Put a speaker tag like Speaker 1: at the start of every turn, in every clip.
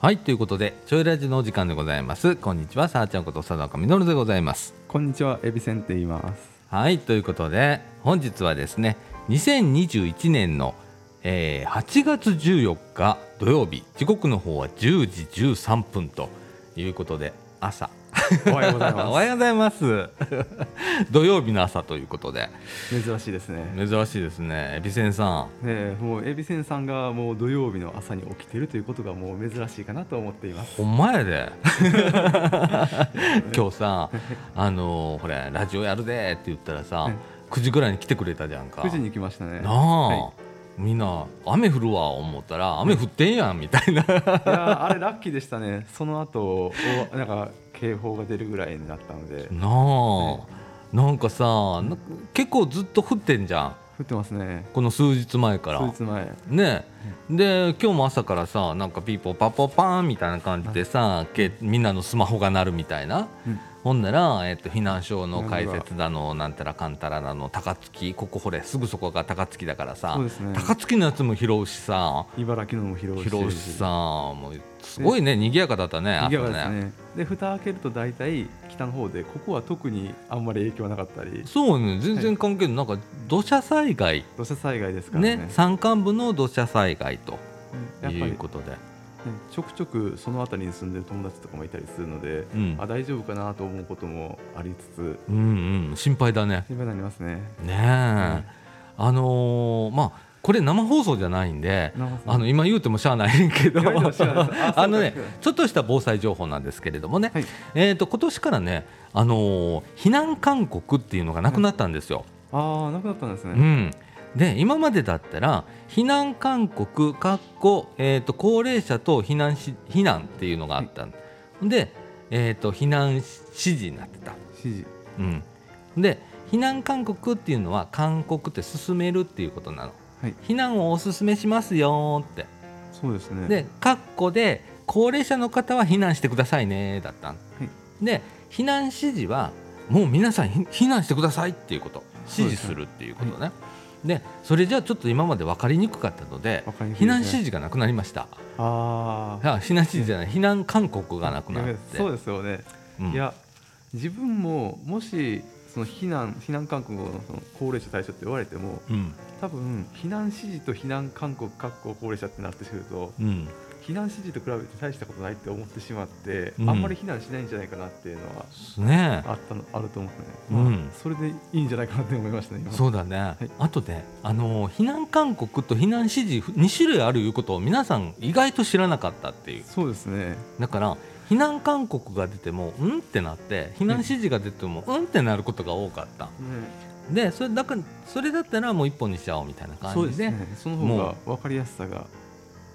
Speaker 1: はいということでちょいラジのお時間でございますこんにちはさあちゃんこと佐岡実でございます
Speaker 2: こんにちは、エビセンって言います。
Speaker 1: はいということで本日はですね2021年の、えー8月14日土曜日時刻の方は10時13分ということで朝
Speaker 2: おはようござ い
Speaker 1: お
Speaker 2: ま。
Speaker 1: はようございます 土曜日の朝ということです
Speaker 2: 珍しいですね。
Speaker 1: 珍しいですねエビセンさん
Speaker 2: ええもうエビセンさんがもう土曜日の朝に起きてるということがもう珍しいかなと思っています。
Speaker 1: ほんまやで 今日さあのーほれラジオやるでって言ったらさ
Speaker 2: はい
Speaker 1: 9時ぐらいに来てくれたじゃんか
Speaker 2: 9時に来ましたね。
Speaker 1: なあ、
Speaker 2: はい
Speaker 1: みんな雨降るわ思ったら雨降ってんやんみたい な
Speaker 2: いやーあれラッキーでしたね。その後おなんか警報が出るぐらいになったので
Speaker 1: なあなんかさな結構ずっと降ってんじゃん
Speaker 2: 降ってますね。
Speaker 1: この数日前から
Speaker 2: 数日前。
Speaker 1: ねで今日も朝からさなんかピーポーパッポーパーンみたいな感じでさ、けみんなのスマホが鳴るみたいな、
Speaker 2: うん
Speaker 1: ほんなら、えっと避難所の開設だのなんたらかんたらだの高槻ここほれすぐそこが高槻だからさ、
Speaker 2: そうですね。
Speaker 1: 高槻のやつも拾うしさ
Speaker 2: 茨城のも広
Speaker 1: 拾うしさもうすごいね賑やかだったね
Speaker 2: いかがで
Speaker 1: 朝
Speaker 2: すね。で蓋開けると大体北の方でここは特にあんまり影響はなかったり
Speaker 1: そうね全然関係ない、なんか土砂災害
Speaker 2: 土砂災害ですから
Speaker 1: ね
Speaker 2: ね。
Speaker 1: 山間部の土砂災害と
Speaker 2: うん
Speaker 1: いうことで、
Speaker 2: ねちょくちょくその辺りに住んでる友達とかもいたりするので、
Speaker 1: うん
Speaker 2: あ大丈夫かなと思うこともありつつ
Speaker 1: うんうん心配だね
Speaker 2: 心配になりますね。
Speaker 1: ねえ、あのーまあこれ生放送じゃないんであの
Speaker 2: い
Speaker 1: 今言うてもしゃあないねんけど
Speaker 2: 言われても しゃあないですあ
Speaker 1: あのね
Speaker 2: そうか
Speaker 1: ちょっとした防災情報なんですけれどもね、
Speaker 2: はい
Speaker 1: えー、と今年からね、あのー避難勧告っていうのがなくなったんですよ。
Speaker 2: ああなくなったんです
Speaker 1: う
Speaker 2: ね。
Speaker 1: んで今までだったら避難勧告かっこ、えー、と高齢者等避難し避難っていうのがあったんで、えー、と避難指示になってた。
Speaker 2: 指示
Speaker 1: うん、で避難勧告っていうのは勧告って進めるっていうことなの、
Speaker 2: はい
Speaker 1: 避難をお勧めしますよーって
Speaker 2: そうですね。
Speaker 1: で括弧で高齢者の方は避難してくださいねーだったん、で避難指示はもう皆さんひ避難してくださいっていうこと指示するっていうことねそでそれじゃあちょっと今まで分かりにくかったので
Speaker 2: わかりにく
Speaker 1: 避
Speaker 2: いですね
Speaker 1: 難指示がなくなりました
Speaker 2: ああ
Speaker 1: あ避難指示じゃない避難勧告がなくなっ
Speaker 2: や
Speaker 1: て
Speaker 2: べそうですよね。
Speaker 1: うん
Speaker 2: いや自分ももしその避難避難勧告のその高齢者対象って言われても
Speaker 1: うん
Speaker 2: 多分避難指示と避難勧告かっこ高齢者ってなってくると
Speaker 1: うん
Speaker 2: 避難指示と比べて大したことないって思ってしまって、
Speaker 1: うん
Speaker 2: あんまり避難しないんじゃないかなっていうのは
Speaker 1: ねえ
Speaker 2: あったのあると思うね、
Speaker 1: うん
Speaker 2: それでいいんじゃないかなって思いましたね今
Speaker 1: そうだね、
Speaker 2: い
Speaker 1: あとね、あのー避難勧告と避難指示2種類あるいうことを皆さん意外と知らなかったっていう
Speaker 2: そうですね
Speaker 1: だから避難勧告が出てもうんってなって避難指示が出てもうんってなることが多かったでそれだからそれだったらもう一本にしちゃおうみたいな感じで
Speaker 2: そうですねその方が分かりやすさが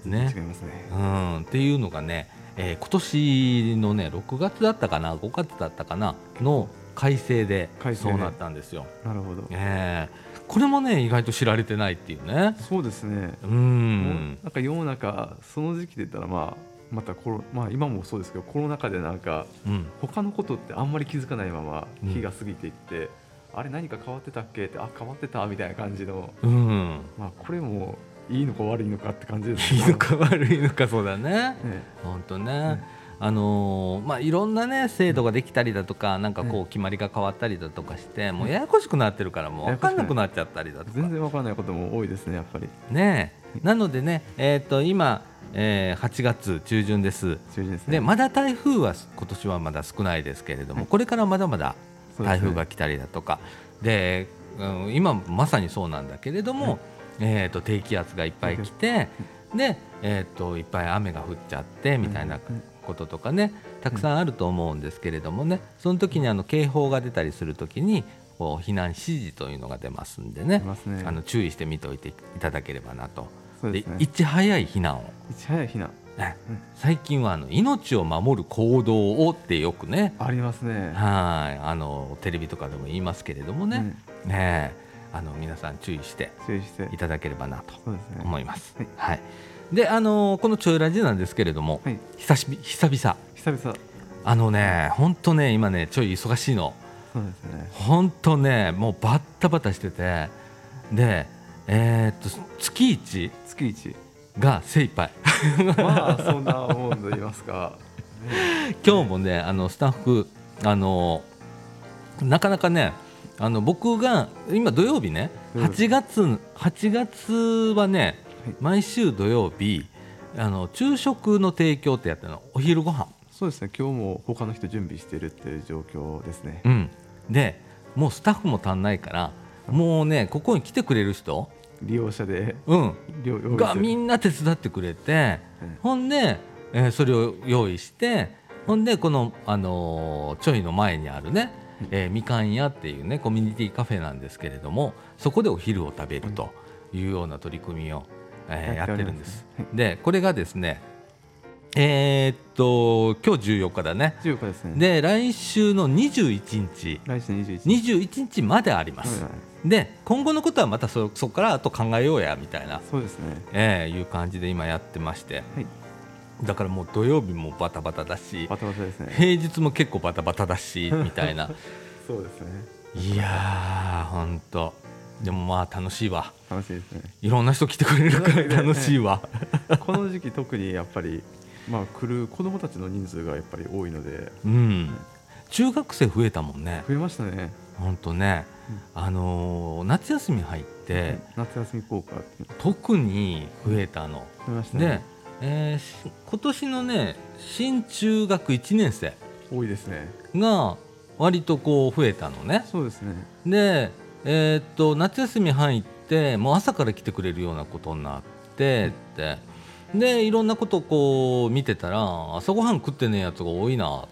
Speaker 1: ね
Speaker 2: 違いますね
Speaker 1: うんっていうのがね、えー今年のね6月だったかな5月だったかなの改正で
Speaker 2: 改正
Speaker 1: そ
Speaker 2: ね
Speaker 1: うなったんですよ、
Speaker 2: なるほど
Speaker 1: ええこれもね意外と知られてないっていうね
Speaker 2: そうですね、
Speaker 1: う
Speaker 2: もうんなんか世の中その時期で言ったらまあまたコロまあ今もそうですけどコロナ禍でなんか
Speaker 1: うん
Speaker 2: 他のことってあんまり気づかないまま
Speaker 1: うん
Speaker 2: 日が過ぎていって、あれ何か変わってたっけってあ変わってたみたいな感じの
Speaker 1: うん、
Speaker 2: まあこれもいいのか 悪いのかって感じです
Speaker 1: い
Speaker 2: け
Speaker 1: い
Speaker 2: ど
Speaker 1: のか悪いのかそうだね。
Speaker 2: ね
Speaker 1: 本当ね、あのーまあいろんなね制度ができたりだとか、なんかこう決まりが変わったりだとかして、もうややこしくなってるからもう分
Speaker 2: ややこ
Speaker 1: か
Speaker 2: し
Speaker 1: ん
Speaker 2: く
Speaker 1: な
Speaker 2: な
Speaker 1: く
Speaker 2: い
Speaker 1: なっちゃったりだとか
Speaker 2: 全然わからないことも多いですねやっぱり
Speaker 1: ねえ。なのでね、えっ、と今、えー8月中旬です。
Speaker 2: 中心ですね
Speaker 1: でまだ台風は今年はまだ少ないですけれども、これからまだまだ
Speaker 2: そうで
Speaker 1: 台
Speaker 2: すね
Speaker 1: 風が来たりだとかで、うん今まさにそうなんだけれども、えー、と低気圧がいっぱい来てで、えー、といっぱい雨が降っちゃってみたいなこととかねたくさんあると思うんですけれどもねその時にあの警報が出たりする時にこう避難指示というのが出ますんでね
Speaker 2: 出ますね
Speaker 1: あの注意して見ておいていただければなと。
Speaker 2: そうですね
Speaker 1: いち早い避難を
Speaker 2: いち早い避難
Speaker 1: ね
Speaker 2: うん
Speaker 1: 最近はあの命を守る行動をってよくね
Speaker 2: ありますね
Speaker 1: はいあのテレビとかでも言いますけれどもね,、ねえあの皆さん注意して
Speaker 2: うん注意して
Speaker 1: いただければなと
Speaker 2: そうですね
Speaker 1: 思います。
Speaker 2: はい
Speaker 1: はいであのこの「ちょいラジ」なんですけれども、
Speaker 2: はい
Speaker 1: 久しぶり久々
Speaker 2: 久々そう
Speaker 1: あのね本当ね今ねちょい忙しいの
Speaker 2: ですね
Speaker 1: 本当ねもうバッタバタしててでえーっと月1
Speaker 2: 月一
Speaker 1: が精一杯
Speaker 2: まあそんなもんと言いますか、ね
Speaker 1: 今日もねあのスタッフあのなかなかねあの僕が今土曜日ね
Speaker 2: うん
Speaker 1: 8月8月はね
Speaker 2: はい
Speaker 1: 毎週土曜日あの昼食の提供ってやってるのお昼ご飯
Speaker 2: そうですね今日も他の人準備してるっていう状況ですね、
Speaker 1: うんでもうスタッフも足んないからもうねここに来てくれる人、
Speaker 2: 利用者で
Speaker 1: うん、
Speaker 2: 料用意
Speaker 1: がみ
Speaker 2: なん
Speaker 1: な手伝ってくれて
Speaker 2: うん
Speaker 1: ほんで、えーそれを用意してほんでこの、あのーちょいの前にあるね、えーみかん屋っていうねコミュニティカフェなんですけれどもそこでお昼を食べるというような取り組みを、えーや
Speaker 2: や
Speaker 1: っ
Speaker 2: ってており
Speaker 1: るん
Speaker 2: ます
Speaker 1: です。でこれがですねえーっと今日14日だね
Speaker 2: 14日ですね
Speaker 1: で来週の21日
Speaker 2: 来週21日
Speaker 1: 21日まであります
Speaker 2: はい。
Speaker 1: で今後のことはまたそそこからあと考えようやみたいな
Speaker 2: そうですね
Speaker 1: えーいう感じで今やってまして
Speaker 2: はい
Speaker 1: だからもう土曜日もバタバタだし
Speaker 2: バタバタですね
Speaker 1: 平日も結構バタバタだ しみたいな
Speaker 2: そうですね
Speaker 1: いやーほんとでもまあ楽しいわ
Speaker 2: 楽しいですね
Speaker 1: いろんな人来てくれる から楽しいわ、
Speaker 2: この時期特にやっぱりまあ来る子どもたちの人数がやっぱり多いので
Speaker 1: うん中学生増えたもんね
Speaker 2: 増えましたね
Speaker 1: ほんとねあのー夏休み入って
Speaker 2: 夏休み効果っていうの
Speaker 1: 特に増えたの
Speaker 2: 増えました
Speaker 1: で
Speaker 2: ね、
Speaker 1: えーし今年のね新中学1年生
Speaker 2: 多いですね
Speaker 1: が割とこう増えたのね
Speaker 2: そうですね
Speaker 1: で、えーっと夏休み入ってもう朝から来てくれるようなことになってってでいろんなことをこう見てたら朝ごはん食ってねえやつが多いな、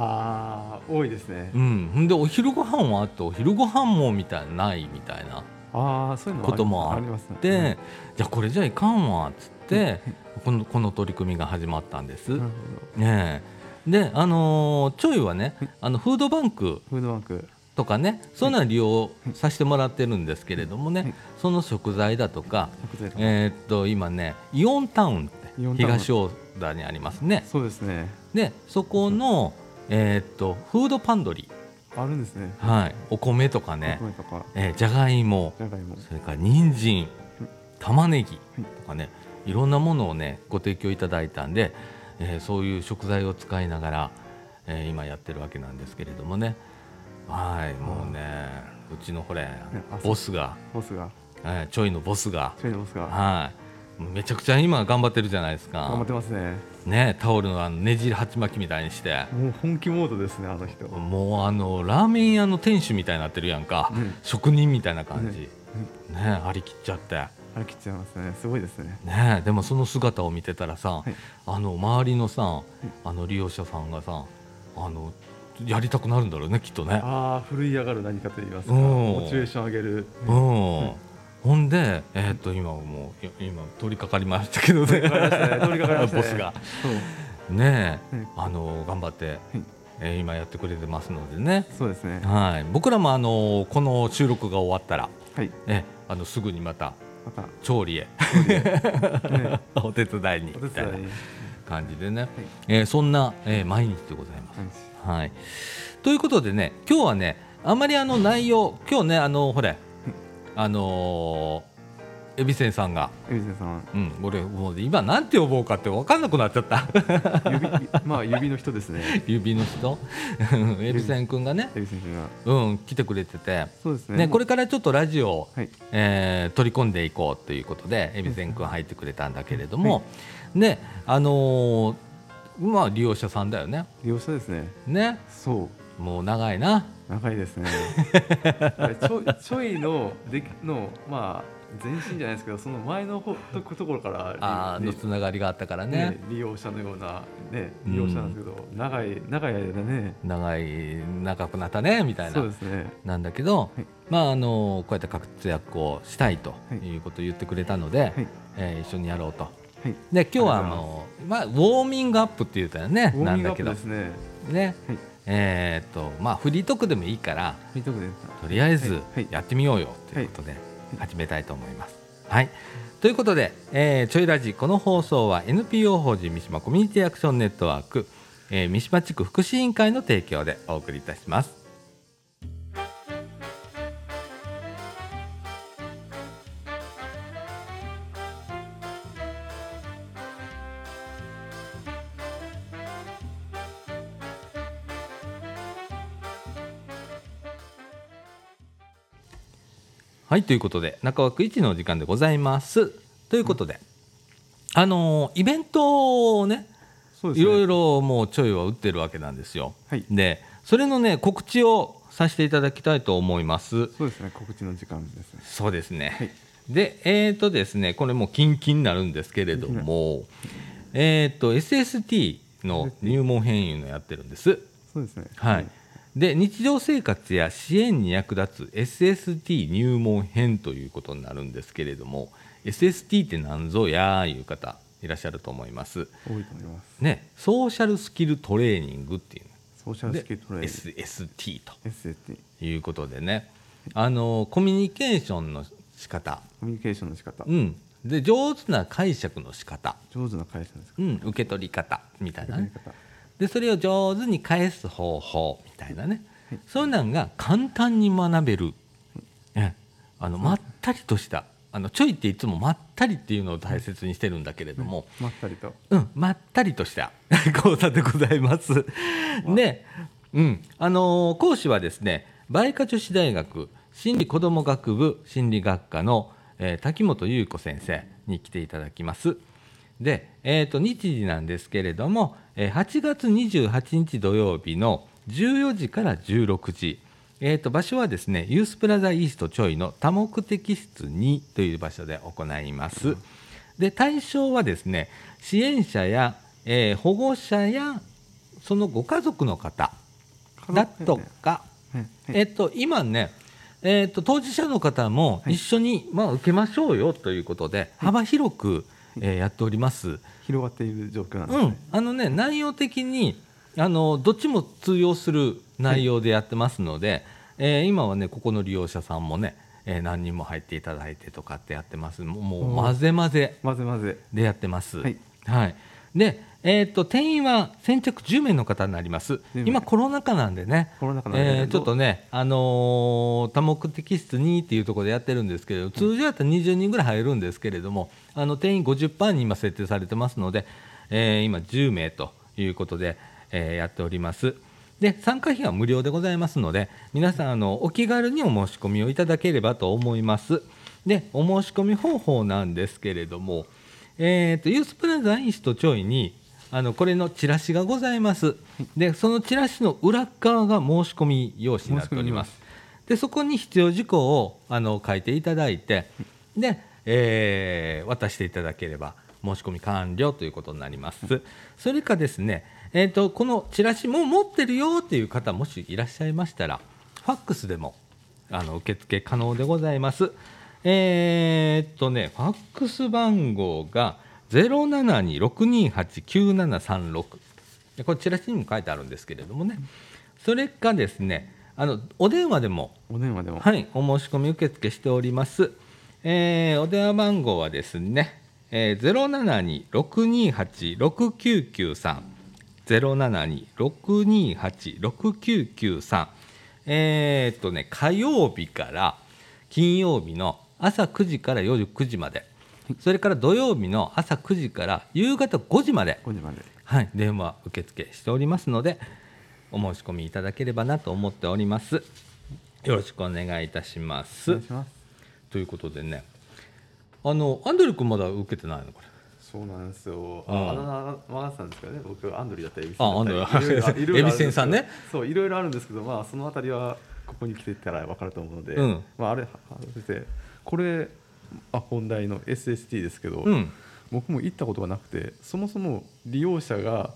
Speaker 2: ああ多いですね
Speaker 1: うん、ほんでお昼ご飯はあってお昼ご飯もみたいなないみたいな
Speaker 2: ああそういうの
Speaker 1: こともあ
Speaker 2: あ
Speaker 1: っ
Speaker 2: りますね
Speaker 1: て、じゃあこれじゃいかんわっつってこのこの取り組みが始まったんです。
Speaker 2: うんなるほど
Speaker 1: ねえであのーちょいはねあのフードバンク
Speaker 2: フードバンク
Speaker 1: とかねそういうのは利用させてもらってるんですけれどもね、
Speaker 2: はい
Speaker 1: その食材だとか、
Speaker 2: 食材とか
Speaker 1: えーっと今ねイオンタウンって
Speaker 2: イオンタウン
Speaker 1: 東大田にありますね
Speaker 2: そうですね
Speaker 1: でそこの、えーっとフードパンドリ
Speaker 2: あるんですね
Speaker 1: ー、はい、お米とかね
Speaker 2: お、米とか
Speaker 1: えーじゃがいも
Speaker 2: じゃがいも
Speaker 1: それから人参玉ねぎとかねいろんなものをねご提供いただいたんで、えーそういう食材を使いながら、えー今やってるわけなんですけれどもねはいもうねうちのほれ
Speaker 2: あそう
Speaker 1: ボスが、
Speaker 2: ボスが
Speaker 1: えーちょいのボスが
Speaker 2: チェイボスが
Speaker 1: はいもうめちゃくちゃ今頑張ってるじゃないです
Speaker 2: 頑張っ
Speaker 1: か
Speaker 2: てますね
Speaker 1: ねタオルのあのねじり鉢巻きみたいにして
Speaker 2: もう本気モードですねあの人
Speaker 1: もうあのラーメン屋の店主みたいになってるやんか、
Speaker 2: うん
Speaker 1: 職人みたいな感じ、ね張り切っちゃって。
Speaker 2: あれ切っちゃいますねすごいですね
Speaker 1: ねえでもその姿を見てたらさ、
Speaker 2: い
Speaker 1: あの周りのさあの利用者さんがさあのやりたくなるんだろうねきっとね。
Speaker 2: ああ奮い上がる何かと言いますか
Speaker 1: うん
Speaker 2: モチベーション上げる
Speaker 1: うんほんで、えーっと今もうい今通りかかりましたけどね
Speaker 2: かかりましたね通りかかりました
Speaker 1: ボ
Speaker 2: ね
Speaker 1: スが
Speaker 2: そう
Speaker 1: ねえ、
Speaker 2: うん
Speaker 1: あの頑張って、えー今やってくれてますのでね、
Speaker 2: そうですね
Speaker 1: はい、僕らもあのこの収録が終わったら、
Speaker 2: はい
Speaker 1: えあのすぐにまた
Speaker 2: また
Speaker 1: 調理へ
Speaker 2: ね
Speaker 1: お手伝いに
Speaker 2: お
Speaker 1: みた
Speaker 2: 手
Speaker 1: いな
Speaker 2: 伝いに
Speaker 1: 感じでね、えーそんな、えー毎日でございます。
Speaker 2: はい
Speaker 1: はい、ということでね今日はねあまりあの内容今日ねあのほれあのー、エビセンさんが、
Speaker 2: エビセンさん
Speaker 1: うん、俺もう今なんて呼ぼうかって分かんなくなっちゃった
Speaker 2: 指まあ指の人ですね
Speaker 1: 指の人エビセン君がね、
Speaker 2: エビセンが
Speaker 1: うん、来てくれてて、
Speaker 2: そうですね
Speaker 1: ね、こ
Speaker 2: れ
Speaker 1: れからちょっとラジオを、
Speaker 2: はい
Speaker 1: えー取り込んでいこうということでエビセン君入ってくれたんだけれども、ねあのーまあ利用者さんだよね。
Speaker 2: 利用者ですね
Speaker 1: ね
Speaker 2: そう
Speaker 1: もう長いな。
Speaker 2: 長 いですねちょいちょいのできのまあ前身じゃないですけどその前のほとところから
Speaker 1: あー
Speaker 2: り
Speaker 1: のつながりがあったからね
Speaker 2: ね利用者のようなね
Speaker 1: うん
Speaker 2: 利用者なんですけど、長い長い間ね
Speaker 1: 長い長くなったねみたい
Speaker 2: そう
Speaker 1: な
Speaker 2: ですね
Speaker 1: なんだけど、
Speaker 2: はい
Speaker 1: まああのこうやって活躍をしたいと
Speaker 2: はい
Speaker 1: いうことを言ってくれたので、
Speaker 2: はい
Speaker 1: えー一緒にやろうと。
Speaker 2: はい
Speaker 1: で今日はあ
Speaker 2: ありがとう
Speaker 1: のまあウォーミングアップって言ったらね
Speaker 2: ウォー
Speaker 1: な
Speaker 2: ミ
Speaker 1: ん
Speaker 2: ングア
Speaker 1: だ
Speaker 2: ッ
Speaker 1: け
Speaker 2: プ
Speaker 1: ど
Speaker 2: ですね
Speaker 1: ね、
Speaker 2: はい
Speaker 1: えーっとまあフリートークでもいいから
Speaker 2: 見とくですか
Speaker 1: とりあえず
Speaker 2: はいはい
Speaker 1: やってみようよということで始めたいと思います。はいということで、えーちょいラジこの放送は NPO 法人三島コミュニティアクションネットワーク、えー三島地区福祉委員会の提供でお送りいたします。はいということで中枠一のお時間でございますということで、あのーイベントをね
Speaker 2: そうです
Speaker 1: い
Speaker 2: ね
Speaker 1: ろいろもうちょいは打ってるわけなんですよ
Speaker 2: はい
Speaker 1: でそれのね告知をさせていただきたいと思います
Speaker 2: そうですね告知の時間ですね
Speaker 1: そうですね、
Speaker 2: はい
Speaker 1: でえー、とですねこれもう近々になるんですけれどもえー、と SST の入門編いうのやってるんです
Speaker 2: そうですね
Speaker 1: はい、で日常生活や支援に役立つ SST 入門編ということになるんですけれども SST って何ぞやーいう方いらっしゃると思います。
Speaker 2: 多いと思います
Speaker 1: ね、ソーシャルスキルトレーニングっていう
Speaker 2: ソーシャ
Speaker 1: の
Speaker 2: ル
Speaker 1: で
Speaker 2: スキルトレーニング
Speaker 1: SST と
Speaker 2: SAT
Speaker 1: いうことでねあのコミュニケーションの仕方、
Speaker 2: コミュニケーションの仕方
Speaker 1: うん、で上手な解釈の仕方、
Speaker 2: 上手な会社ですか
Speaker 1: うん、受け取り方みたいなね
Speaker 2: り方
Speaker 1: でそれを上手に返す方法みたいなね、そういうのが簡単に学べる、ねあのまったりとしたあのちょいっていつもまったりっていうのを大切にしてるんだけれども、
Speaker 2: まったりと
Speaker 1: うん、まったりとした 講座でございます。で、うんあのー講師はですね梅花女子大学心理子ども学部心理学科の、えー滝本優子先生に来ていただきます。で、えー、と日時なんですけれども、えー8月28日土曜日の14時から16時、えー、と場所はですねユースプラザイーストちょいの多目的室2という場所で行います。で対象はですね支援者や、えー保護者やそのご家族の方だとか、
Speaker 2: はいはい
Speaker 1: えっと、今ね、えっと、当事者の方も
Speaker 2: はい
Speaker 1: 一緒に、まあ、受けましょうよということで幅広く、えーやっております。
Speaker 2: 広がっている状況なんです
Speaker 1: うん
Speaker 2: ね、
Speaker 1: あのね内容的にあのどっちも通用する内容でやってますので、えー今はねここの利用者さんもね、えー何人も入っていただいてとかってやってますもうもう
Speaker 2: おー
Speaker 1: 混ぜ混ぜ
Speaker 2: 混ぜ混ぜ
Speaker 1: でやってます。は
Speaker 2: はいい、
Speaker 1: で、えー、と定員は先着10名の方になります。
Speaker 2: 10名
Speaker 1: 今コロナ禍なんでね。
Speaker 2: コロナ禍なんで
Speaker 1: えーちょっとね、あのー多目的室2っていうところでやってるんですけれど通常やったら20人ぐらい入るんですけれどもあの定員50%に今設定されてますので、えー今10名ということで、えーやっておりますで参加費は無料でございますので皆さんあのお気軽にお申し込みをいただければと思いますでお申し込み方法なんですけれども、えー、とユースプラザインストちょいにあのこれのチラシがございますでそのチラシの裏側が申し込み用紙になっておりますでそこに必要事項をあの書いていただいてで、えー渡していただければ申し込み完了ということになりますそれかですね、えー、とこのチラシもう持ってるよっていう方もしいらっしゃいましたらファックスでもあの受付可能でございます。えーっとね、ファックス番号が0726289736でこれチラシにも書いてあるんですけれどもね、それかですね、あのお電話でも、
Speaker 2: お電話でも
Speaker 1: はい、お申し込み受付しております。えーお電話番号はですね、えー、072-628-6993 072-628-6993えーっとね火曜日から金曜日の朝9時から夜9時までそれから土曜日の朝9時から夕方5時まで
Speaker 2: 5時まで
Speaker 1: はい、電話受付しておりますのでお申し込みいただければなと思っておりますよろしくお願いいたしま
Speaker 2: お
Speaker 1: す
Speaker 2: 願いします
Speaker 1: ということでねあのアンドリュー君まだ受けてないのこれ
Speaker 2: そうなんですよ。
Speaker 1: うん
Speaker 2: ああだ名曲がってたんですけどね、僕アンドリーだったり、
Speaker 1: あアンドリー
Speaker 2: いろいろある
Speaker 1: エビセンさんね。
Speaker 2: そう、いろいろあるんですけど、まあそのあたりはここに来てたらわかると思うので、
Speaker 1: うん
Speaker 2: まああれ外してこれあ本題の SST ですけど、
Speaker 1: うん
Speaker 2: 僕も行ったことがなくて、そもそも利用者が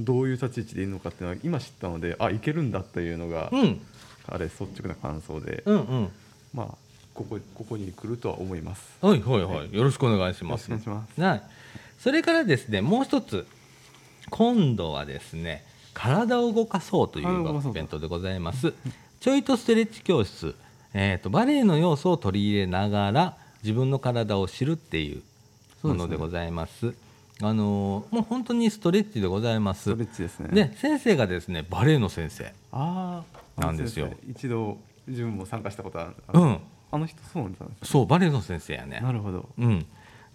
Speaker 2: どういう立ち位置でいるのかっていうのは今知ったので、あ行けるんだっていうのが、
Speaker 1: うん
Speaker 2: あれ率直な感想で、
Speaker 1: うんうん
Speaker 2: まあここここに来るとは思います。
Speaker 1: はいはいはい、よろしくお願いし
Speaker 2: よろ
Speaker 1: ます
Speaker 2: しくお願いします。
Speaker 1: はい、それからですねもう一つ今度はですね体を動かそうとい
Speaker 2: 体を動か
Speaker 1: う
Speaker 2: そう
Speaker 1: イベントでございますちょいとストレッチ教室、えー、とバレエの要素を取り入れながら自分の体を知るっていうものでございますあのーもう本当にストレッチでございま
Speaker 2: ス
Speaker 1: す
Speaker 2: トレッチですね。
Speaker 1: で先生がですねバレエの先生
Speaker 2: ああ
Speaker 1: なんですよ
Speaker 2: 一度自分も参加したことあるあの,、
Speaker 1: うん
Speaker 2: あの人そうなんですね
Speaker 1: そうバレエの先生やね
Speaker 2: なるほど
Speaker 1: うん、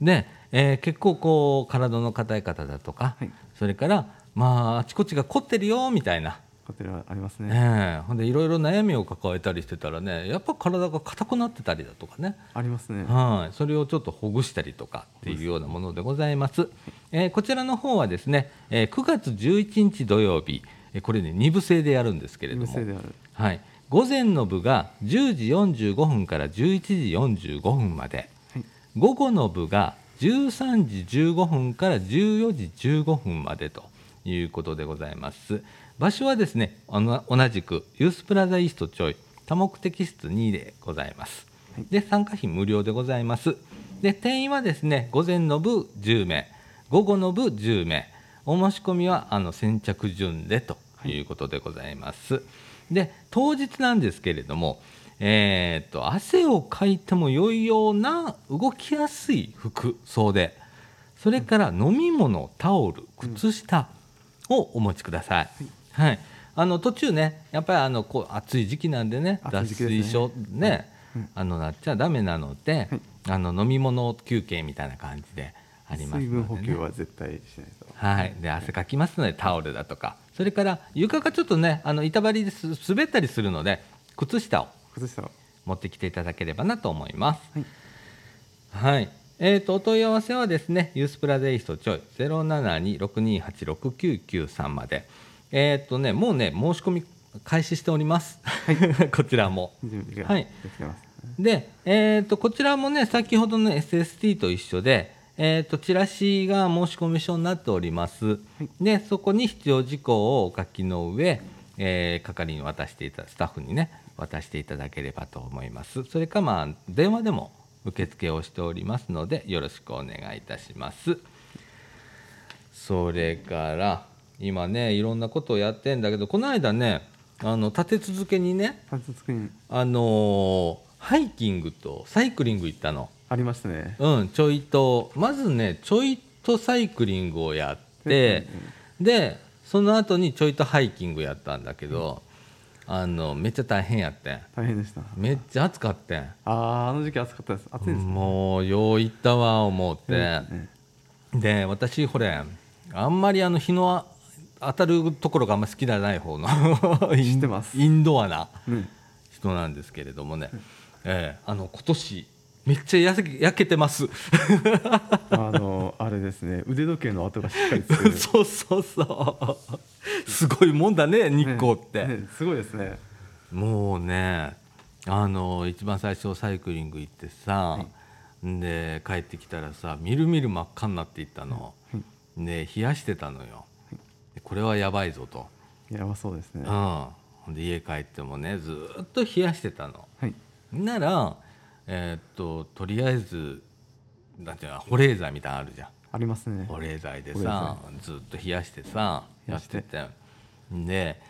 Speaker 1: で、えー結構こう体の硬い方だとか、
Speaker 2: はい
Speaker 1: それからまああちこちが凝ってるよみたいな
Speaker 2: ホテルはありますね
Speaker 1: ねえほんでいろいろ悩みを抱えたりしてたらねやっぱ体が硬くなってたりだとかね、
Speaker 2: ありますね
Speaker 1: はい、それをちょっとほぐしたりとかっていうようなものでございます、えーこちらの方はですね、えー9月11日土曜日えーこれね2部制でやるんですけれど
Speaker 2: 無
Speaker 1: も
Speaker 2: 制である
Speaker 1: はい、午前の部が10時45分から11時45分まで、
Speaker 2: はい
Speaker 1: 午後の部が13時15分から14時15分までということでございます場所はですねあの同じくユースプラザイーストちょい多目的室2でございます、
Speaker 2: はい
Speaker 1: で参加費無料でございますで定員はですね午前の部10名午後の部10名お申し込みはあの先着順でということでございます、で当日なんですけれどもえーっと汗をかいても良いような動きやすい服装でそれから飲み物タオル靴下をお持ちください、はいあの途中ねやっぱりあのこう暑い時期なんでね
Speaker 2: 暑い
Speaker 1: 脱
Speaker 2: 時期ですね
Speaker 1: 水症ね、
Speaker 2: うん
Speaker 1: あのなっちゃダメなので、
Speaker 2: はい
Speaker 1: あの飲み物休憩みたいな感じでありますので、ね、
Speaker 2: 水分補給は絶対しないと
Speaker 1: はい、で汗かきますのでタオルだとかそれから床がちょっとねあの板張りです滑ったりするので靴下を
Speaker 2: 靴下を
Speaker 1: 持ってきていただければなと思います。
Speaker 2: はい
Speaker 1: はいえー、とお問い合わせはですねユースプラゼイストちょい07262869993までえっ、とねもうね申し込み開始しております、 こちらも
Speaker 2: 準備が
Speaker 1: は
Speaker 2: で
Speaker 1: い
Speaker 2: きてます、
Speaker 1: で、えー、とこちらもね先ほどの SST と一緒で、えー、とチラシが申し込み書になっております、でそこに必要事項をお書きの上、えー係に渡していたスタッフにね渡していただければと思いますそれかまあ電話でも受付をしておりますのでよろしくお願いいたしますそれから今ねいろんなことをやってんだけどこの間ねあの立て続けにね
Speaker 2: パンツ作り
Speaker 1: あのーハイキングとサイクリング行ったの。
Speaker 2: ありましたね
Speaker 1: うん、ちょいと、まずね、ちょいとサイクリングをやって、で、その後にちょいとハイキングやったんだけど、あの、めっちゃ大変やってん。
Speaker 2: 大変でした
Speaker 1: めっちゃ暑かってん。
Speaker 2: あああの時期暑かったです暑いですね
Speaker 1: もう、よう行ったわ、思って。
Speaker 2: ね
Speaker 1: で、私、ほれ、あんまりあの、日のあ当たるところがあんま好きじゃない方の
Speaker 2: 知ってます
Speaker 1: インドアな。
Speaker 2: ね
Speaker 1: 人なんですけれどもね、ええあの今年めっちゃやせ焼けてます。
Speaker 2: あのあれですね腕時計の跡がしっかりつく
Speaker 1: そうそうそう。すごいもんだね日光って。
Speaker 2: ねねすごいですね
Speaker 1: もうねあの一番最初サイクリング行ってさ、で帰ってきたらさみるみる真っ赤になっていったの。で冷やしてたのよ。でこれはやばいぞと。
Speaker 2: やばそうですね
Speaker 1: うん。
Speaker 2: は
Speaker 1: ほんで家帰ってもねずーっと冷やしてたの。
Speaker 2: い
Speaker 1: なら、えーっととりあえずなんていうの保冷剤みたいなのあるじゃん
Speaker 2: ありますね
Speaker 1: 保冷剤でさずっと冷やしてさ
Speaker 2: 冷
Speaker 1: や
Speaker 2: や
Speaker 1: っ
Speaker 2: して
Speaker 1: ててで、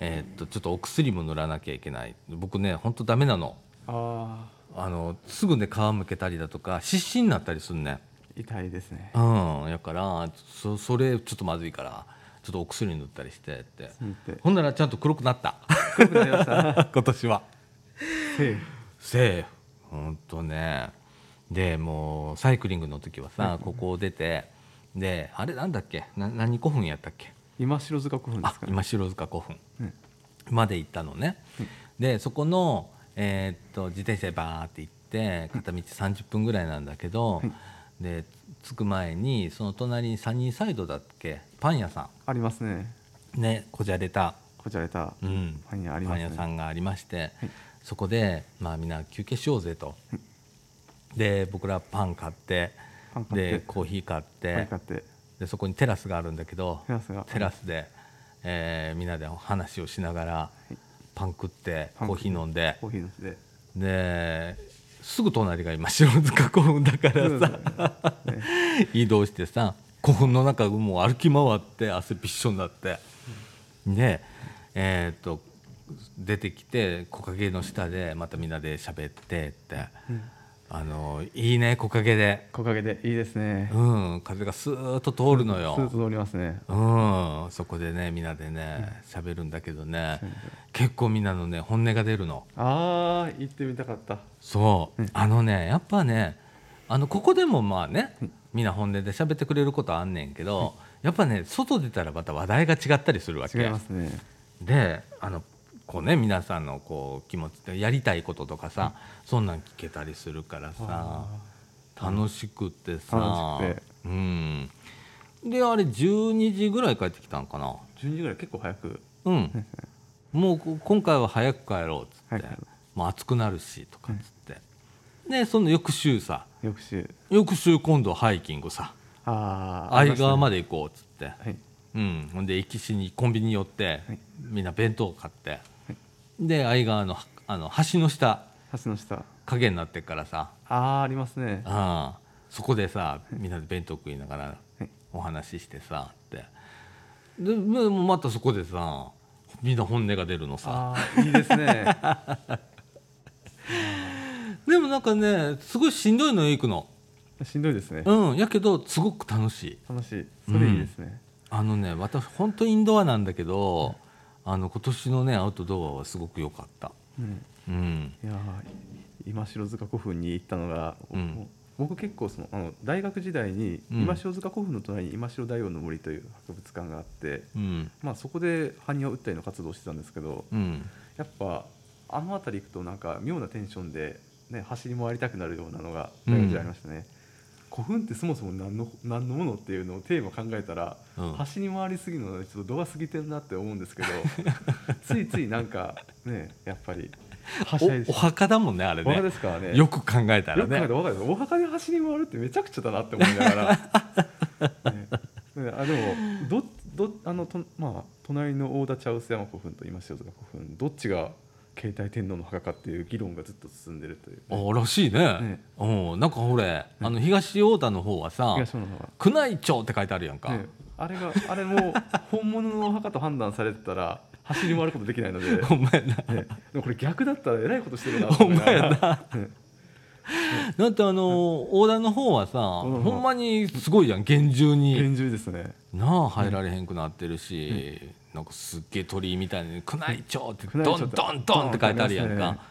Speaker 1: えーっとちょっとお薬も塗らなきゃいけない僕ねほんとダメなの
Speaker 2: あ
Speaker 1: あのすぐね皮むけたりだとか湿疹になったりすんねん
Speaker 2: ー痛いですね
Speaker 1: うんやからそそれちょっとまずいからちょっとお薬塗ったりしてって
Speaker 2: 見て
Speaker 1: ほんならちゃんと黒くなった
Speaker 2: 黒くなりました
Speaker 1: 今年は。
Speaker 2: セーフ
Speaker 1: セーフほんとねでもうサイクリングの時はさ、ここを出てであれなんだっけな何古墳やったっけ
Speaker 2: 今城塚古墳で
Speaker 1: あ
Speaker 2: すかね
Speaker 1: 今城塚古墳
Speaker 2: うん
Speaker 1: まで行ったのね、でそこの、えーっと自転車でバーって行って片道30分ぐらいなんだけど、で着く前にその隣にサニーサイドだっけパン屋さ
Speaker 2: ありますね
Speaker 1: んねこじゃれた、
Speaker 2: こじゃれた
Speaker 1: うん、
Speaker 2: パン屋あり
Speaker 1: パ
Speaker 2: ま
Speaker 1: ン
Speaker 2: す
Speaker 1: 屋さ
Speaker 2: ね
Speaker 1: んがありまして、そこで、まあ、みんな休憩しようぜと、で僕らパン買って
Speaker 2: パン買って
Speaker 1: でコーヒー買って、
Speaker 2: パン買って
Speaker 1: でそこにテラスがあるんだけど
Speaker 2: テラスが
Speaker 1: テラスで、えーみんなでお話をしながら、パン食って
Speaker 2: パン
Speaker 1: コ
Speaker 2: 食って
Speaker 1: ーヒー飲んで
Speaker 2: コーヒーのしで
Speaker 1: ですぐ隣が今白塚古墳だからさ、 移動してさ古墳の中もう歩き回って汗びっしょになってでえっと出てきて木陰の下でまたみんなで喋ってって、あのいいね木陰で、
Speaker 2: 木陰でいいですね
Speaker 1: うん、風がスーッと通るのよ。
Speaker 2: スーツ乗りますね
Speaker 1: うん、そこでねみんなでね喋るんだけどね、結構みんなのね本音が出るの
Speaker 2: あー行ってみたかった
Speaker 1: そう、あのねやっぱねあのここでもまあね、みんな本音で喋ってくれることあんねんけど、やっぱね外出たらまた話題が違ったりするわけ
Speaker 2: 違いますね
Speaker 1: であのこうね皆さんのこう気持ちでやりたいこととかさ、そんなん聞けたりするからさ楽しくてさ
Speaker 2: 楽しくて
Speaker 1: うんであれ12時ぐらい帰ってきたんかな
Speaker 2: 12時ぐらい結構早く
Speaker 1: うんもうこ今回は早く帰ろうっつって、
Speaker 2: 早く帰ろ
Speaker 1: もう暑くなるしとかっつって、でその翌週さ
Speaker 2: 翌週
Speaker 1: 翌週今度ハイキングさ
Speaker 2: ああ
Speaker 1: 相川ま
Speaker 2: で、
Speaker 1: で行こうっつって、
Speaker 2: はい、
Speaker 1: うん、ほんで行きしにコンビニ寄って、
Speaker 2: はい
Speaker 1: みんな弁当を買って、で相川のあの橋の下
Speaker 2: 橋の下
Speaker 1: 影になってっからさ、
Speaker 2: ああありますね
Speaker 1: うん、そこでさみんなで弁当食いながら
Speaker 2: はい
Speaker 1: お話ししてさってでもうまたそこでさみんな本音が出るのさ
Speaker 2: ああいいですね
Speaker 1: でもなんかねすごいしんどいのよ行くの、
Speaker 2: しんどいですね
Speaker 1: うん、やけどすごく楽しい
Speaker 2: 楽しいそれいいですね、
Speaker 1: あのね私本当インドアなんだけど、あの今年のねアウトドアはすごく良かった
Speaker 2: うん
Speaker 1: うん
Speaker 2: いやー今城塚古墳に行ったのが、
Speaker 1: うん
Speaker 2: 僕結構そのあの大学時代に
Speaker 1: うん
Speaker 2: 今城塚古墳の隣に今城大王の森という博物館があって、
Speaker 1: うん
Speaker 2: まあ、そこで埴輪を打ったりの活動をしてたんですけど
Speaker 1: うん
Speaker 2: やっぱあの辺り行くとなんか妙なテンションで、ね、走り回りたくなるようなのが
Speaker 1: うん
Speaker 2: 大学時代ありましたね、古墳ってそもそも何の何のものっていうのをテーマ考えたら、
Speaker 1: うん
Speaker 2: 走り回りすぎるのはちょっと度が過ぎてるなって思うんです けどついついなんかねやっぱりはしゃいで
Speaker 1: おお
Speaker 2: しまう
Speaker 1: 墓だもんねあれ
Speaker 2: お墓で
Speaker 1: ね
Speaker 2: すからね。
Speaker 1: よく考えた
Speaker 2: よ
Speaker 1: ら
Speaker 2: く考え
Speaker 1: ね
Speaker 2: たらわかるお墓で走り回るってめちゃくちゃだなって思いな がら。ねねあでもどどあのとまあ隣の大田茶臼山古墳と今塩塚古墳どっちが慶太天皇の墓かっていう議論がずっと進んでるという、ね、
Speaker 1: おらしいね
Speaker 2: ね
Speaker 1: うんなんかほれあの東太田の方はさ
Speaker 2: 東野の方
Speaker 1: 宮内庁って書いてあるやんか
Speaker 2: が、ね、あれがあれも本物のお墓と判断されてたら走り回ることできない ので、ね、
Speaker 1: お前な
Speaker 2: でもこれ逆だったらえらいことしてるなと思いながらね
Speaker 1: だってあのー大田の方はさ
Speaker 2: ん
Speaker 1: ほんまにすごいじゃん厳重に
Speaker 2: 厳重ですね
Speaker 1: なあ入られへんくなってるしなんかすっげえ鳥居みたいに宮内庁って
Speaker 2: 宮内
Speaker 1: ドン
Speaker 2: 庁って
Speaker 1: ドンドンって書いてあるやん
Speaker 2: ドンってあり
Speaker 1: か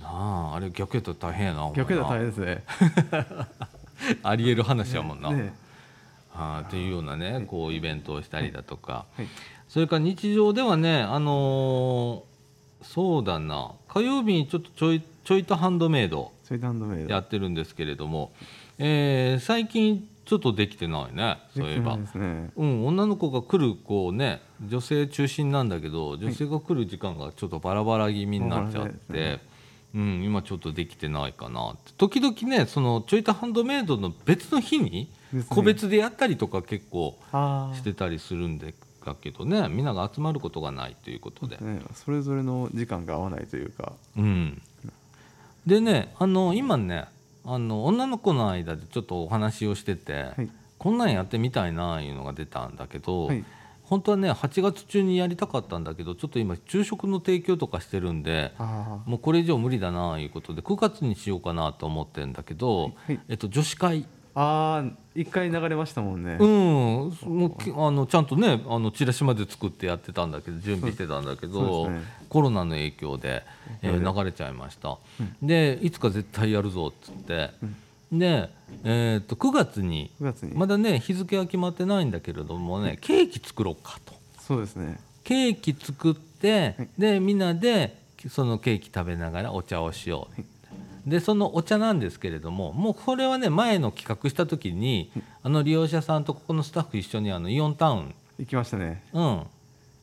Speaker 1: なああれ逆やったら大変やなお前な
Speaker 2: 逆だったらあれですね
Speaker 1: ありえる話やもんな
Speaker 2: ね
Speaker 1: あーっていうようなねこうイベントをしたりだとか、
Speaker 2: はい
Speaker 1: それから日常ではねあのーそうだな火曜日にちょっとちょいちょいとハンドメイド
Speaker 2: それでハンドメイド
Speaker 1: やってるんですけれども、えー最近ちょっとできてないねそういえば
Speaker 2: で。すね
Speaker 1: うん、女の子が来るこうね女性中心なんだけど女性が来る時間がちょっとバラバラ気味になっちゃっ
Speaker 2: バラバラ
Speaker 1: て
Speaker 2: で、
Speaker 1: うん、今ちょっとできてないかなって時々ねそのちょいとハンドメイドの別の日に
Speaker 2: ですね
Speaker 1: 個別でやったりとか結構
Speaker 2: あー
Speaker 1: してたりするんだけどねみんなが集まることがないということで。
Speaker 2: ね、それぞれの時間が合わないというか、
Speaker 1: うん、でねあの今ねあの女の子の間でちょっとお話をしてて、
Speaker 2: はい
Speaker 1: こんなんやってみたいないうのが出たんだけど、
Speaker 2: はい
Speaker 1: 本当はね8月中にやりたかったんだけどちょっと今昼食の提供とかしてるんで
Speaker 2: あ
Speaker 1: もうこれ以上無理だないうことで9月にしようかなと思ってんだけど、
Speaker 2: はい
Speaker 1: えっと、女子会、
Speaker 2: あー一回流れましたもんね、
Speaker 1: うんもうきあのちゃんとねあのチラシまで作ってやってたんだけど準備してたんだけど、
Speaker 2: そうですね
Speaker 1: コロナの影響で、えー流れちゃいました、でいつか絶対やるぞっつって、で、えーっと9月に
Speaker 2: 9月に、
Speaker 1: まだね日付は決まってないんだけれどもねケーキ作ろうかと
Speaker 2: そうですね
Speaker 1: ケーキ作って、
Speaker 2: はい
Speaker 1: でみんなでそのケーキ食べながらお茶をしよう、でそのお茶なんですけれどももうこれはね前の企画した時に、あの利用者さんとここのスタッフ一緒にあのイオンタウン
Speaker 2: 行きましたね
Speaker 1: うん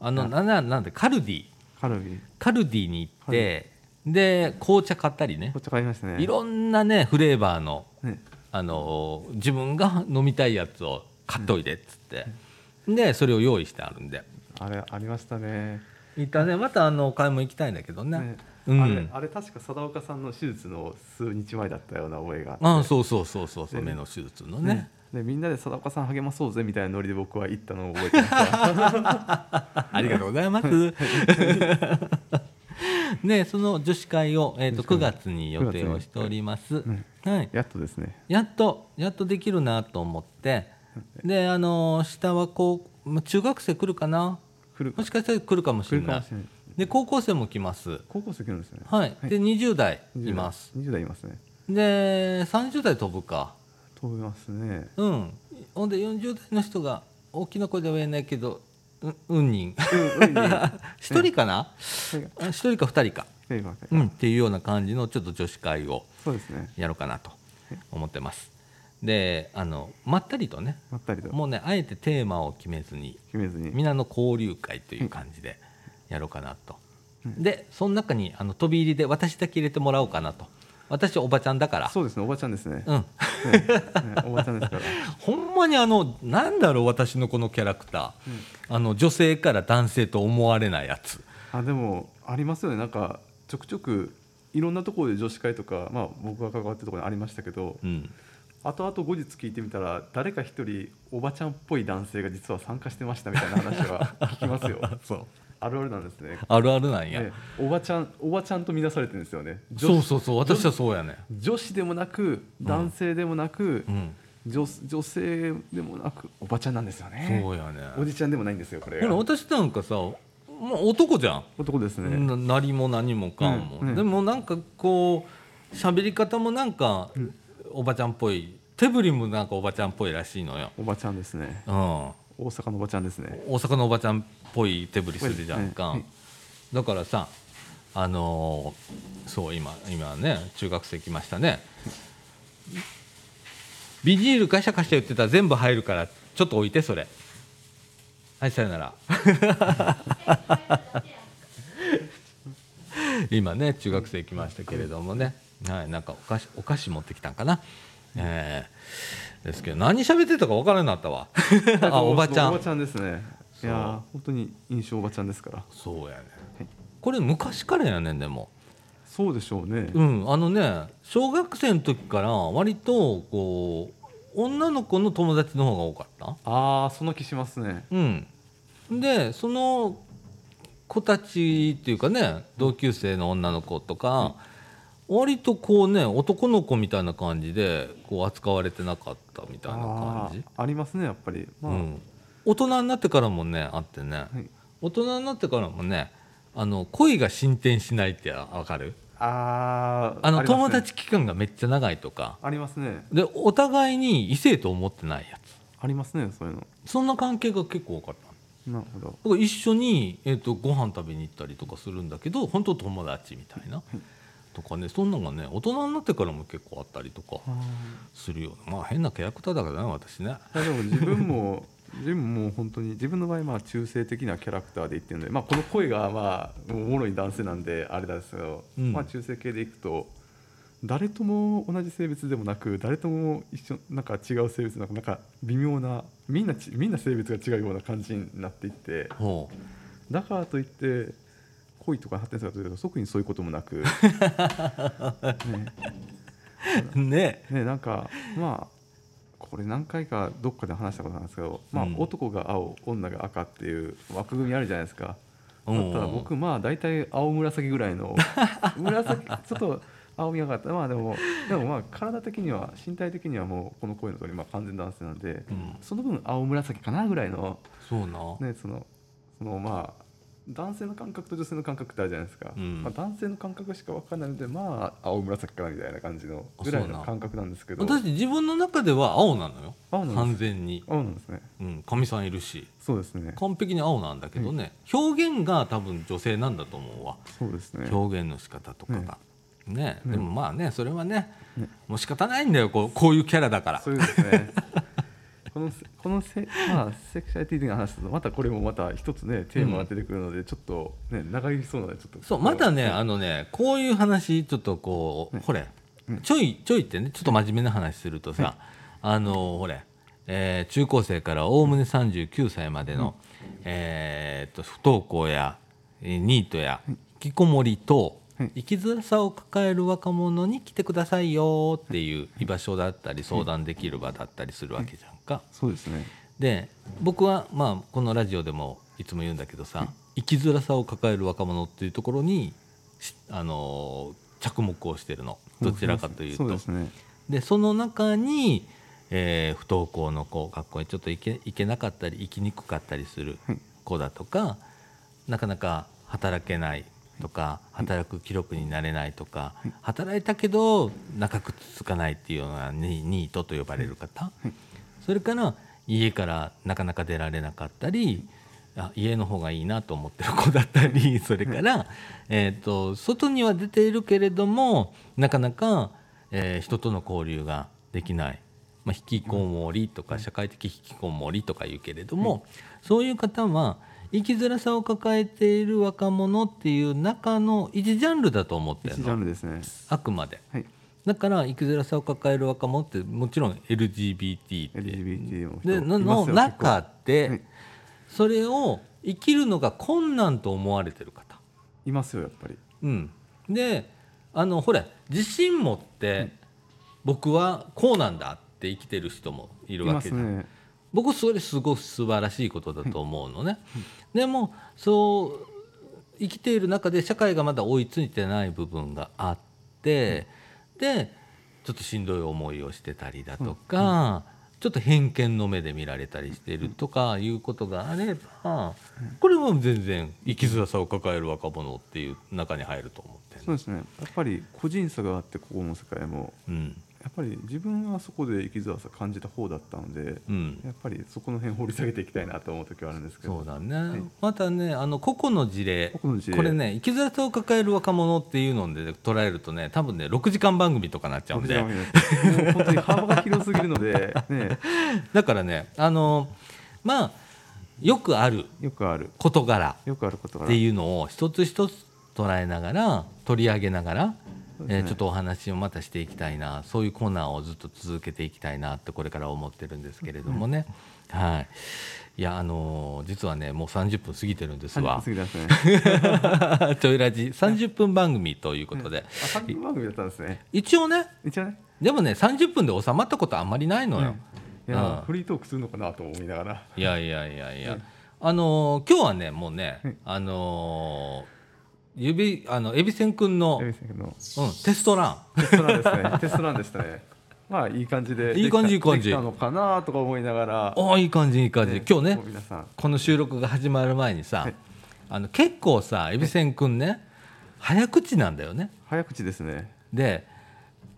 Speaker 1: あの
Speaker 2: あ
Speaker 1: なななんでカルディ
Speaker 2: カルビ
Speaker 1: カルディに行って、で紅茶買ったりね
Speaker 2: こっち買いましたね
Speaker 1: いろんなねフレーバーの
Speaker 2: ね
Speaker 1: あの自分が飲みたいやつを買っといでっつって、でそれを用意してあるんで
Speaker 2: あれありましたね
Speaker 1: いったねまたあの買い物行きたいんだけどね
Speaker 2: ね
Speaker 1: うん
Speaker 2: あれあれ確か貞岡さんの手術の数日前だったような覚えがあ
Speaker 1: あ
Speaker 2: っ
Speaker 1: あそうそうそうそうそう
Speaker 2: ね
Speaker 1: 目の手術の
Speaker 2: て
Speaker 1: ね、
Speaker 2: でみんなで貞岡さん励まそうぜみたいなノリで僕は行ったのを覚えてました
Speaker 1: ありがとうございます ねその女子会を、えー、と9月に予定をしております、
Speaker 2: ね
Speaker 1: はい、
Speaker 2: やっとですね
Speaker 1: やっとやっとできるなと思ってであの下はこうまあ中学生来るかな
Speaker 2: 来る
Speaker 1: もしかしたら来るかもし
Speaker 2: 来
Speaker 1: れ
Speaker 2: るか
Speaker 1: な
Speaker 2: も
Speaker 1: い
Speaker 2: しれない
Speaker 1: で高校生も来ます
Speaker 2: 高校生来るんですね
Speaker 1: はい、で20代います
Speaker 2: 20代いますね
Speaker 1: で30代飛ぶか
Speaker 2: 飛びますね
Speaker 1: うんほんで40代の人が大きな声では言えないけどう運人
Speaker 2: うんうんいいよ
Speaker 1: 一人かなあ一人か二人か、
Speaker 2: はいわかり
Speaker 1: う
Speaker 2: ま
Speaker 1: ん、っていうような感じのちょっと女子会を
Speaker 2: すそうですね
Speaker 1: やろうかなと思ってますであのまったりとね
Speaker 2: まったりと
Speaker 1: もうねあえてテーマを決めずに
Speaker 2: 決めずに
Speaker 1: 皆の交流会という感じでやろうかなと、でその中にあの飛び入りで私だけ入れてもらおうかなと私おばちゃんだから
Speaker 2: そうですねおばちゃんですね
Speaker 1: う、ん、
Speaker 2: ねねおばちゃんですから
Speaker 1: ほんまにあのなんだろう私のこのキャラクター、あの女性から男性と思われないやつ
Speaker 2: あでもありますよねなんかちょくちょくいろんなところで女子会とか、まあ、僕が関わってるところにありましたけど、
Speaker 1: うん
Speaker 2: 後々後日聞いてみたら誰か一人おばちゃんっぽい男性が実は参加してましたみたいな話は聞きますよ
Speaker 1: そう
Speaker 2: あるあるなんですね
Speaker 1: あるあるなんや、
Speaker 2: ねおばちゃんおばちゃんと見なされてるんですよね女
Speaker 1: そうそうそう私はそうやね
Speaker 2: 女子でもなく男性でもなく、
Speaker 1: うん
Speaker 2: 女女性でもなくおばちゃんなんですよね
Speaker 1: そうやね
Speaker 2: おじちゃんでもないんですよこれ
Speaker 1: ほら
Speaker 2: が
Speaker 1: 私なんかさもう男じゃん
Speaker 2: 男ですね、
Speaker 1: ななりも何もかんも、
Speaker 2: うんうん
Speaker 1: でもなんかこう喋り方もなんかおばちゃんっぽい手振りもなんかおばちゃんっぽいらしいのよ、
Speaker 2: おばちゃんですね
Speaker 1: うん、
Speaker 2: 大阪のおばちゃんですね
Speaker 1: 大阪のおばちゃんっぽい手振りするじゃんか、
Speaker 2: はい
Speaker 1: だからさあのーそう今今ね中学生来ましたねビニールガシャガシャ言ってたら全部入るからちょっと置いてそれはいさよなら 今ね中学生来ましたけれどもね、はい、なんかお菓子お菓子持ってきたんかな、えーですけど何喋ってたか分からんなったわあおばちゃ
Speaker 2: おば
Speaker 1: ん
Speaker 2: ちゃんですねい
Speaker 1: そう
Speaker 2: やー本当に印象おばちゃんですから
Speaker 1: そうやね
Speaker 2: はい
Speaker 1: これ昔からやねんでも
Speaker 2: そうでしょうね、
Speaker 1: うんあのね小学生の時から割とこう女の子の友達の方が多かった
Speaker 2: ああその気しますね
Speaker 1: うんでその子たちっていうかね同級生の女の子とか、割とこうね男の子みたいな感じでこう扱われてなかったみたいな感じ、
Speaker 2: あーありますねやっぱりまあ、
Speaker 1: うん、大人になってからもねあってね、
Speaker 2: はい
Speaker 1: 大人になってからもねあの恋が進展しないってわかる
Speaker 2: あー
Speaker 1: あの
Speaker 2: りますね
Speaker 1: 友達期間がめっちゃ長いとか
Speaker 2: ありますね
Speaker 1: でお互いに異性と思ってないや
Speaker 2: ありますねそういうの
Speaker 1: つそんな関係が結構多かったの
Speaker 2: なるほど
Speaker 1: だから一緒に、えー、とご飯食べに行ったりとかするんだけど本当友達みたいなとかねそんなのがね大人になってからも結構あったりとか
Speaker 2: あー
Speaker 1: するようなまあ変なキャラクターだからね私ね
Speaker 2: いやでも自分も自分も本当に自分の場合まあ中性的なキャラクターで言ってるので、まあ、この声がまあおもろい男性なんであれなんですけど、
Speaker 1: うん
Speaker 2: まあ、中性系でいくと誰とも同じ性別でもなく誰とも一緒なんか違う性別なんかなんか微妙なみんなちみんな性別が違うような感じになっていって
Speaker 1: ほ
Speaker 2: だからといって恋とか発展するかというと特にそういうことも なくね
Speaker 1: うね
Speaker 2: ねなんかまあこれ何回かどっかで話したことなんですけど、まあ
Speaker 1: うん、
Speaker 2: 男が青女が赤っていう枠組みあるじゃないですか
Speaker 1: う
Speaker 2: だ
Speaker 1: ん
Speaker 2: ったら僕まあ大体青紫ぐら いの紫ちょっと青みがかったまあでもでもまあ体的には身体的にはもうこの声の通りまあ完全男性なんで、
Speaker 1: うん
Speaker 2: その分青紫かなぐらいの
Speaker 1: そうな、
Speaker 2: ね、そのそのまあ男性の感覚と女性の感覚ってあるじゃないですか、
Speaker 1: うん
Speaker 2: まあ、男性の感覚しか分かんないのでまあ青紫かなみたいな感じの
Speaker 1: あ
Speaker 2: ぐらい
Speaker 1: そう
Speaker 2: の
Speaker 1: なん
Speaker 2: 感覚なんですけど
Speaker 1: 私自分の中では青なのよ
Speaker 2: 青なん
Speaker 1: 完
Speaker 2: です
Speaker 1: 全に
Speaker 2: 青なんですね
Speaker 1: うんかみ、さんいるし
Speaker 2: そうですね
Speaker 1: 完璧に青なんだけどね、表現が多分女性なんだと思うわ
Speaker 2: そうですね
Speaker 1: 表現の仕方とかが、ね
Speaker 2: ね
Speaker 1: でもまあねそれはね
Speaker 2: ね
Speaker 1: もう仕方ないんだよこうこういうキャラだから
Speaker 2: そうですねこのせこのせ、まあ、セクシュアリティ的な話だとまたこれもまた一つねテーマが出てくるので、ちょっとね長いそうなのでちょっと
Speaker 1: そうまたね
Speaker 2: は
Speaker 1: あのねこういう話ちょっとこう、
Speaker 2: ね
Speaker 1: ほれ
Speaker 2: うん
Speaker 1: ちょいちょいってねちょっと真面目な話するとさ、あのほれ、えー中高生からおおむね39歳までの、えーっと不登校やえーニートや引きこもり等、
Speaker 2: はい
Speaker 1: 生きづらさを抱える若者に来てくださいよっていう居場所だったり相談できる場だったりするわけじゃんか。
Speaker 2: そうですね
Speaker 1: で僕はまあこのラジオでもいつも言うんだけどさ生きづらさを抱える若者っていうところにしあのー着目をしてるのどちらかというと。
Speaker 2: そうですね
Speaker 1: でその中に、えー不登校の子学校にちょっと行け行けなかったり行きにくかったりする
Speaker 2: はい
Speaker 1: 子だとかなかなか働けないとか働く記録になれないとか働いたけど長く続かないっていうのがニニートと呼ばれる方
Speaker 2: い
Speaker 1: それから家からなかなか出られなかったりあ家の方がいいなと思ってる子だったりそれから、えー、と外には出ているけれどもなかなか、えー人との交流ができない、まあ、引きこもりとか社会的引きこもりとか言うけれども、そういう方は生きづらさを抱えている若者っていう中の一ジャンルだと思ってる
Speaker 2: 一ジャ
Speaker 1: の
Speaker 2: ンルですね
Speaker 1: あくまで。
Speaker 2: はい
Speaker 1: だから生きづらさを抱える若者ってもちろん LGBT って
Speaker 2: LGBT も人
Speaker 1: での
Speaker 2: いま
Speaker 1: の
Speaker 2: すよ結構
Speaker 1: 中で、
Speaker 2: はい
Speaker 1: それを生きるのが困難と思われてる方、
Speaker 2: いますよやっぱり
Speaker 1: うん、であのほら自信持って僕はこうなんだって生きてる人もい
Speaker 2: い
Speaker 1: るわ
Speaker 2: ま
Speaker 1: け
Speaker 2: す
Speaker 1: だ、
Speaker 2: ね
Speaker 1: 僕それすごく素晴らしいことだと思うのね、でもそう生きている中で社会がまだ追いついてない部分があって、でちょっとしんどい思いをしてたりだとか、ちょっと偏見の目で見られたりしてるとかいうことがあればこれは全然生きづらさを抱える若者っていう中に入ると思ってる
Speaker 2: そうですねやっぱり個人差があってここも世界も
Speaker 1: うん
Speaker 2: やっぱり自分はそこで生きづらさ感じた方だったので
Speaker 1: うん、
Speaker 2: やっぱりそこの辺掘り下げていきたいなと思う時はあるんですけど
Speaker 1: そうだね、
Speaker 2: い
Speaker 1: またねあの個々の事例
Speaker 2: 個々の事例
Speaker 1: これね生きづらさを抱える若者っていうので捉えるとね多分ね6時間番組とかなっちゃうん
Speaker 2: 僕じゃ
Speaker 1: で
Speaker 2: ダメですもう本当に幅が広すぎるので、 ね、
Speaker 1: だからねあのまあよくある
Speaker 2: よくある
Speaker 1: 事柄
Speaker 2: よくあることか
Speaker 1: っ
Speaker 2: ら
Speaker 1: ていうのを一つ一つ捉えながら取り上げながら、
Speaker 2: そうです
Speaker 1: え
Speaker 2: ね
Speaker 1: ーちょっとお話をまたしていきたいなそういうコーナーをずっと続けていきたいなってこれから思ってるんですけれどもね、はいいやあのー実はねもう30分過ぎてるんです
Speaker 2: 30分
Speaker 1: わ
Speaker 2: 過。ぎてますね
Speaker 1: ちょいラジ30分番組ということで
Speaker 2: あ、30分番組だったんですね
Speaker 1: 一応ね
Speaker 2: 一応ね
Speaker 1: でもね30分で収まったことあんまりないのよ、
Speaker 2: いや
Speaker 1: うん
Speaker 2: フリートークするのかなと思いながら
Speaker 1: いやいやいやいや、
Speaker 2: うん
Speaker 1: あのー今日はねもうね、
Speaker 2: うん
Speaker 1: あのー指あのエビセンくんの、
Speaker 2: エ
Speaker 1: うん、
Speaker 2: ビセン君の
Speaker 1: テストラン
Speaker 2: テストランですね テストランでしたねまあいい感じで
Speaker 1: いい感じ
Speaker 2: できた
Speaker 1: いい感じ
Speaker 2: できたのかなとか思いながら
Speaker 1: おーいい感じいい感じ、
Speaker 2: ね
Speaker 1: 今日ね
Speaker 2: もう皆さん
Speaker 1: この収録が始まる前にさ、
Speaker 2: はい
Speaker 1: あの結構さエビセンくんね早口なんだよね
Speaker 2: 早口ですね
Speaker 1: で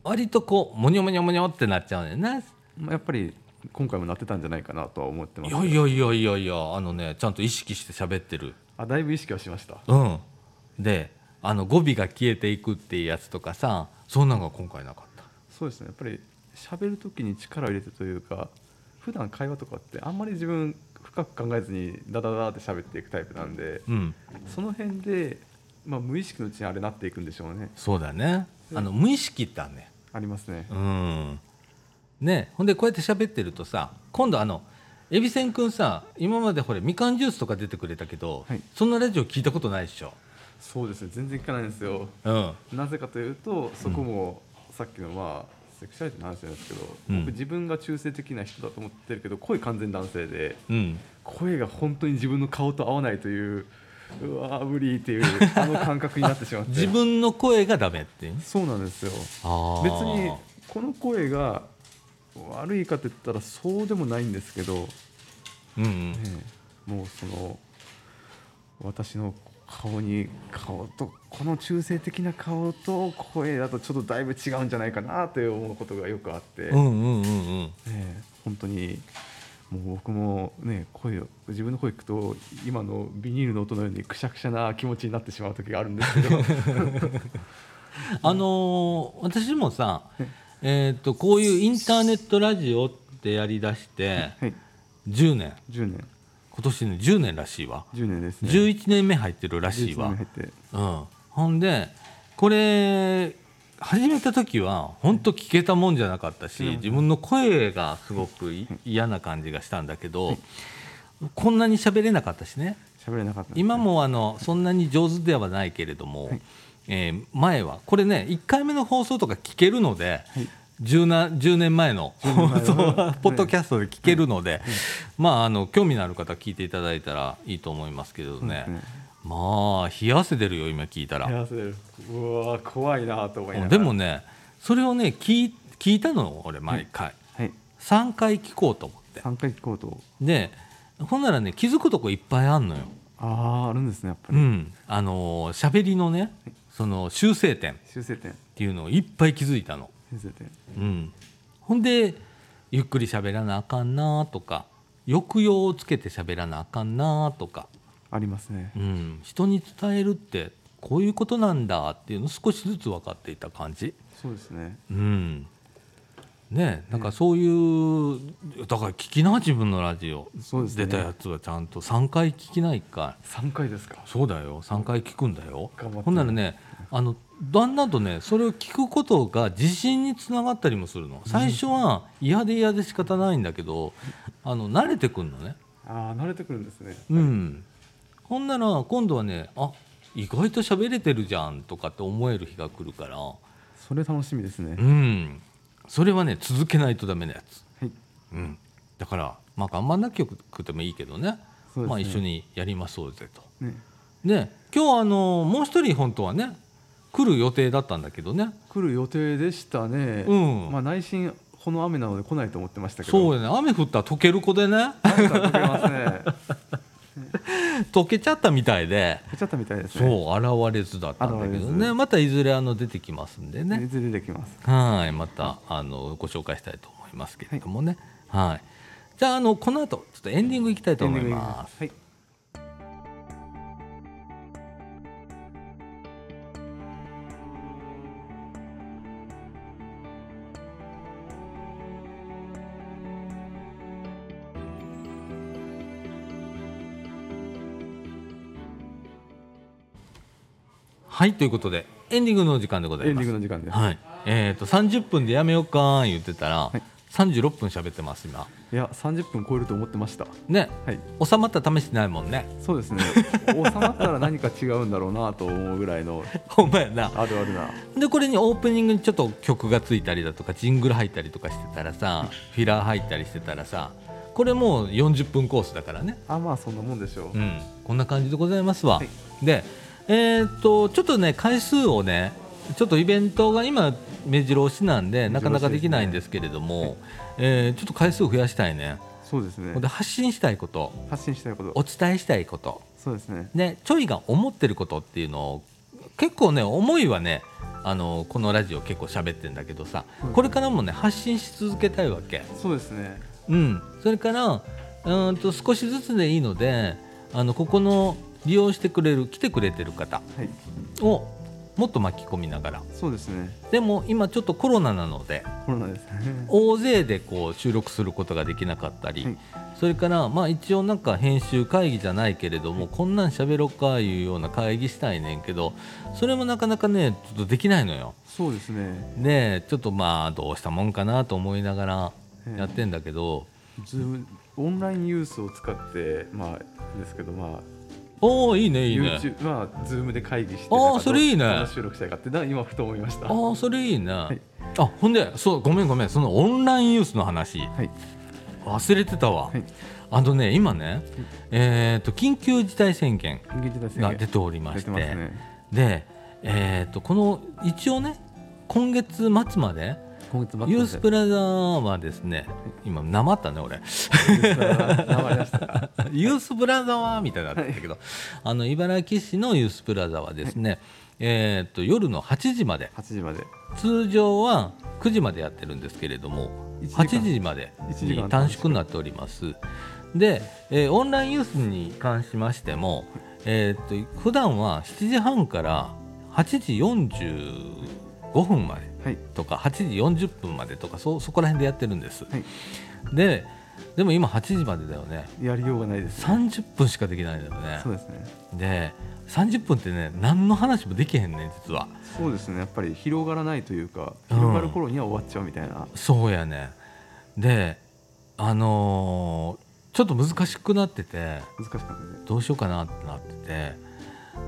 Speaker 1: 割とこうモニョモニョモニョってなっちゃうんだよね
Speaker 2: まあやっぱり今回もなってたんじゃないかなとは思ってま
Speaker 1: い
Speaker 2: す
Speaker 1: やいやいやいやいやあのねちゃんと意識して喋ってる
Speaker 2: あだいぶ意識はしました
Speaker 1: うんであの語尾が消えていくっていうやつとかさそんなのが今回なかった
Speaker 2: そうですねやっぱり喋る時に力を入れてというか普段会話とかってあんまり自分深く考えずにダダダーって喋っていくタイプなんで
Speaker 1: うん
Speaker 2: その辺で、まあ、無意識のうちにあれなっていくんでしょうね
Speaker 1: そうだねあの無意識だね
Speaker 2: ありますね
Speaker 1: うんねほんでこうやって喋ってるとさ今度あのえびせんくんさ今までほれみかんジュースとか出てくれたけど、
Speaker 2: はい
Speaker 1: そんなラジオ聞いたことないでしょ
Speaker 2: そうですね全然聞かないんですよ
Speaker 1: うん
Speaker 2: なぜかというとそこもさっきのまあセクシャリティの話なんですけど、
Speaker 1: うん
Speaker 2: 僕自分が中性的な人だと思ってるけど声完全男性で
Speaker 1: うん
Speaker 2: 声が本当に自分の顔と合わないといううわー無理っていうあの感覚になって しまって
Speaker 1: 自分の声がダメっていう
Speaker 2: そうなんですよ
Speaker 1: あ
Speaker 2: 別
Speaker 1: ー
Speaker 2: にこの声が悪いかって言ったらそうでもないんですけど、ね
Speaker 1: うんうん
Speaker 2: えもうその私の顔に顔とこの中性的な顔と声だとちょっとだいぶ違うんじゃないかなという思うことがよくあって、
Speaker 1: う
Speaker 2: ね
Speaker 1: んうんうんうん
Speaker 2: え本当にもう僕もね声を自分の声聞くと今のビニールの音のようにくしゃくしゃな気持ちになってしまう時があるんですけ ど
Speaker 1: あのー私もさ、えー、とこういうインターネットラジオってやりだして
Speaker 2: はい
Speaker 1: 10年
Speaker 2: 10年
Speaker 1: 今年ね10年らしいわ
Speaker 2: 10年ですね
Speaker 1: 11年目入ってるらしい
Speaker 2: 11
Speaker 1: わ
Speaker 2: 年、入って
Speaker 1: うん、ほんでこれ始めた時は本当聞けたもんじゃなかったし
Speaker 2: うん
Speaker 1: 自分の声がすごくい嫌な感じがしたんだけどこんなに喋れなかったしね
Speaker 2: 喋れなかったんですね
Speaker 1: 今もあのそんなに上手ではないけれども、えー前はこれね1回目の放送とか聞けるので、10, な10年前の放送はポッドキャストで聞けるので、まああの興味のある方は聞いていただいたらいいと思いますけどね、
Speaker 2: うん
Speaker 1: まあ冷や汗出るよ今聞いた
Speaker 2: い
Speaker 1: ら
Speaker 2: やそれうわー怖いなと思いながら
Speaker 1: でもねそれをね聞い聞いたの俺毎回、
Speaker 2: はい
Speaker 1: 3回聞こうと思って
Speaker 2: 3回聞こうと
Speaker 1: でほんならね気づくとこいっぱいあんのよ。
Speaker 2: あああるんですねやっぱ
Speaker 1: う
Speaker 2: り、
Speaker 1: ん、あのー喋りのねその修正点っ
Speaker 2: 修正点
Speaker 1: ていうのをいっぱい気づいたの、
Speaker 2: 修正点
Speaker 1: うん、ほんでゆっくり喋らなあかんなとか抑揚をつけて喋らなあかんなとか、
Speaker 2: ありますね
Speaker 1: うん、人に伝えるってこういうことなんだっていうのを少しずつ分かっていた感じ。
Speaker 2: そうですね
Speaker 1: うんねえなんかそういうだから聞きな自分のラジオ
Speaker 2: そうですね
Speaker 1: 出たやつはちゃんと3回聞きないか
Speaker 2: 3回ですか
Speaker 1: そうだよ3回聞くんだよ
Speaker 2: 頑張って
Speaker 1: ほんならねあのだんだんとねそれを聞くことが自信につながったりもするの最初は嫌で嫌で仕方ないんだけどあの慣れてくるのね
Speaker 2: ああ慣れてくるんですね
Speaker 1: うんほんなら今度はねあ意外と喋れてるじゃんとかって思える日が来るから
Speaker 2: それ楽しみです
Speaker 1: う
Speaker 2: ね
Speaker 1: んそれはね続けないとダメなやつ
Speaker 2: はい
Speaker 1: うん、だから、まあ、頑張んなきゃくてもいいけどね
Speaker 2: そうですね
Speaker 1: まあ、一緒にやりましょうぜと。
Speaker 2: ね
Speaker 1: で今日あのもう一人本当はね来る予定だったんだけどね、
Speaker 2: 来る予定でしたね
Speaker 1: うん
Speaker 2: まあ内心この雨なので来ないと思ってましたけど
Speaker 1: そうやね雨降ったら溶ける子でね
Speaker 2: なんか溶けますね
Speaker 1: 溶けちゃったみたいで。
Speaker 2: 出ちゃったみたいですね
Speaker 1: そう現れずだったんだけど
Speaker 2: 現れ
Speaker 1: ね
Speaker 2: ず
Speaker 1: またいずれあの出てきますんでね、
Speaker 2: いずれ出てきます
Speaker 1: はい、またあのご紹介したいと思いますけれどもね。はい、じゃああのこの後ちょっとエンディングいきたいと思います。
Speaker 2: エンディングいき
Speaker 1: はい、ということでエンディングのお時間でござ
Speaker 2: エ
Speaker 1: い
Speaker 2: ンデ
Speaker 1: ま
Speaker 2: ィン
Speaker 1: す
Speaker 2: グ。の時間です、
Speaker 1: はい、えっ、と三十分でやめようかー言ってたら、
Speaker 2: い
Speaker 1: 三十六分喋ってます今。
Speaker 2: い、や30分超えると思ってました
Speaker 1: ね、
Speaker 2: はい
Speaker 1: 収まった試してないもんね。
Speaker 2: そう ですね収まったら何か違うんだろうなと思うぐらいの
Speaker 1: ほんまやな。
Speaker 2: あるあるな
Speaker 1: でこれにオープニングにちょっと曲がついたりだとかジングル入ったりとかしてたらさ、フィラー入ったりしてたらさ、これもう四十分コースだからね。
Speaker 2: あまあそんなもんでしょう、
Speaker 1: うん、こんな感じでございますわ。
Speaker 2: はい
Speaker 1: で、えーっとちょっとね回数をねちょっとイベントが今目白押しなんでなかなかできないんですけれども、えーちょっと回数を増やしたいね。
Speaker 2: そうですね
Speaker 1: で発信したいこと
Speaker 2: 発信したいこと
Speaker 1: お伝えしたいこと、
Speaker 2: そうですね
Speaker 1: ね、ちょいが思ってることっていうのを結構ね思いはねあのこのラジオ結構喋ってんだけどさ、
Speaker 2: うん
Speaker 1: これからもね発信し続けたいわけ。
Speaker 2: そうですね
Speaker 1: うん、それからうーんと少しずつでいいのであのここの利用してくれる来てくれてる方
Speaker 2: はい
Speaker 1: をもっと巻き込みながら
Speaker 2: そうですね
Speaker 1: でも今ちょっとコロナなので
Speaker 2: コロナですね
Speaker 1: 大勢でこう収録することができなかったり、
Speaker 2: はい
Speaker 1: それからまあ一応なんか編集会議じゃないけれどもこんなん喋ろうかいうような会議したいねんけどそれもなかなかねちょっとできないのよ。
Speaker 2: そうですね
Speaker 1: でちょっとまあどうしたもんかなと思いながらやってんだけど、
Speaker 2: ズームオンラインユースを使ってまあですけどまあ
Speaker 1: おおいいねいいね。
Speaker 2: YouTube まあズームで会議して
Speaker 1: あー
Speaker 2: なんかど
Speaker 1: それいいね
Speaker 2: どんな収録したいかってな今ふと思いましたは
Speaker 1: ああそれいいね、
Speaker 2: い
Speaker 1: あほんでそうごめんごめんそのオンラインユースの話
Speaker 2: い
Speaker 1: 忘れてたわ、
Speaker 2: はい
Speaker 1: あのね今ね、えー、と緊急事態宣言
Speaker 2: 緊急事態宣
Speaker 1: が
Speaker 2: 言
Speaker 1: 出ておりま
Speaker 2: 出
Speaker 1: して
Speaker 2: てますね
Speaker 1: で、えー、とこの一応ね今月末まで
Speaker 2: 今月
Speaker 1: ユースプラザはですね今なまったね俺
Speaker 2: 名前出した
Speaker 1: ユースプラザはみたいになってたけど、あの茨城市のユースプラザはですね、えー、と夜の8時まで
Speaker 2: 8時まで
Speaker 1: 通常は9時までやってるんですけれども
Speaker 2: 1時間
Speaker 1: 8時まで
Speaker 2: 1時
Speaker 1: に
Speaker 2: 間
Speaker 1: 短縮になっておりますで、えーオンラインユースに関しましても、えーっと普段は7時半から8時45分まで
Speaker 2: はい
Speaker 1: とか8時40分までとかそそこら辺でやってるんです、
Speaker 2: はい
Speaker 1: ででも今8時までだよね
Speaker 2: やりようがないですね
Speaker 1: 30分しかできないんだよね
Speaker 2: そうですね
Speaker 1: で30分ってね何の話もできへんねん実は
Speaker 2: そうですねやっぱり広がらないというか
Speaker 1: うん
Speaker 2: 広がる頃には終わっちゃうみたいな、
Speaker 1: そうやねであのーちょっと難しくなってて
Speaker 2: 難しかったね
Speaker 1: どうしようかなってなってて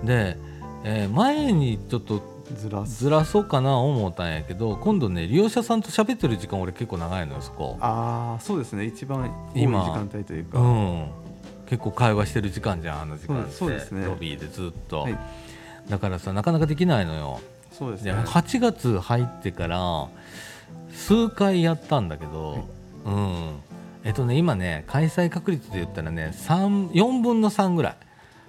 Speaker 1: で、えー前にちょっと
Speaker 2: ずらす
Speaker 1: ずらそうかな思ったんやけど今度ね利用者さんと喋ってる時間俺結構長いのよそこ
Speaker 2: ああそうですね一番多い時
Speaker 1: 今
Speaker 2: 間帯というか、
Speaker 1: うん結構会話してる時間じゃんあの時間って
Speaker 2: そうそうですね
Speaker 1: ロビーでずっと、
Speaker 2: はい
Speaker 1: だからさなかなかできないのよ
Speaker 2: そうです
Speaker 1: で
Speaker 2: ね
Speaker 1: 8月入ってから数回やったんだけ
Speaker 2: はい
Speaker 1: ど、うんえっとね今ね開催確率で言ったらね3 4分の3ぐらい、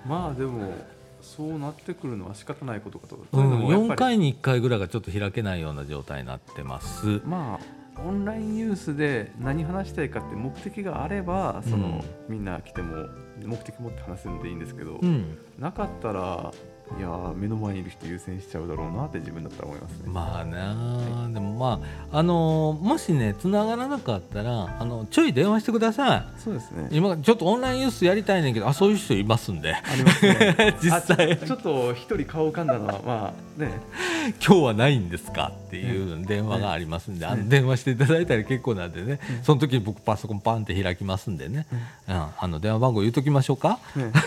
Speaker 2: まあでもそうなってくるのは仕方ないことかと、
Speaker 1: うん、
Speaker 2: でもやっぱり
Speaker 1: 4回に1回ぐらいがちょっと開けないような状態になってます
Speaker 2: まあオンラインユースで何話したいかって目的があればその、みんな来ても目的持って話すんでいいんですけど、
Speaker 1: うん、
Speaker 2: なかったらいやー目の前にいる人優先しちゃうだろうなって自分だったら思いますね。
Speaker 1: まあなあでもまああのーもしね繋がらなかったらあのちょい電話してくださ
Speaker 2: そうですね
Speaker 1: い今ちょっとオンラインユースやりたいねんけどあそういう人います んで
Speaker 2: ありますね
Speaker 1: 実際
Speaker 2: あちょちょっと一人顔浮かんだのはまあね
Speaker 1: 今日はないんですかっていう電話がありますんで、あの電話していただいたら結構なんでね、その時に僕パソコンパンって開きますんでね、うん、あの電話番号言うときましょうか。
Speaker 2: ね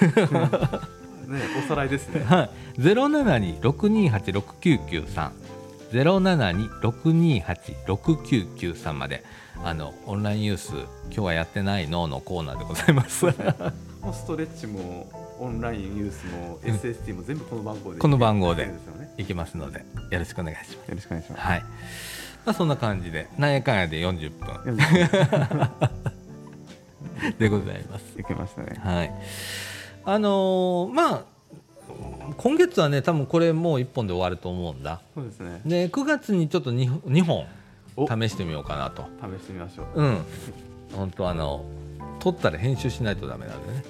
Speaker 2: ねおさらいですね。
Speaker 1: はい、ゼロ七二六二八六九九三。ゼロ七二六二八六九九三まで。あのオンラインユース、今日はやってないののコーナーでござい ます。
Speaker 2: もうストレッチもオンラインユースも SST も全部この番号で、
Speaker 1: この番号で
Speaker 2: やすよね
Speaker 1: いきますので、よろしくお願いしま。
Speaker 2: よろしくお願いしますす。
Speaker 1: はい。まあ、そんな感じで、なんやかんやで四十分
Speaker 2: よろしくお願いしま
Speaker 1: でございます。
Speaker 2: すいけましたね。
Speaker 1: はい。あのーまあ。今月はね、多分これもう一本で終わると思うんだ。
Speaker 2: そうですね。
Speaker 1: で、9月にちょっとに2本
Speaker 2: お
Speaker 1: 試
Speaker 2: 試
Speaker 1: してみようかなと。
Speaker 2: してみましょう。
Speaker 1: うん、本当あの撮ったら編集しないとダメなんでね。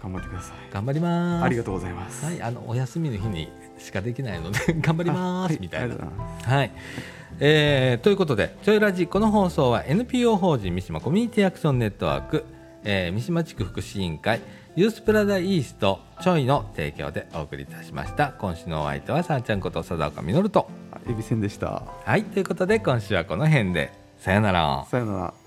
Speaker 2: 頑張ってください。
Speaker 1: 頑張ります。
Speaker 2: ありが
Speaker 1: と
Speaker 2: とうございます。
Speaker 1: はい、あのお休みの日にしかできないので頑張りま
Speaker 2: は
Speaker 1: すみたい
Speaker 2: ありがとう
Speaker 1: な。
Speaker 2: ござます
Speaker 1: はい。えーということで、ちょいラジこの放送は NPO 法人三島コミュニティアクションネットワーク、えー三島地区福祉委員会ユースプラザイーストちょいの提供でお送りいたしました。今週のお相手はさあちゃんこと佐岡実と。
Speaker 2: あエビせんでした。
Speaker 1: はい、ということで今週はこの辺でさよなら。
Speaker 2: さよなら。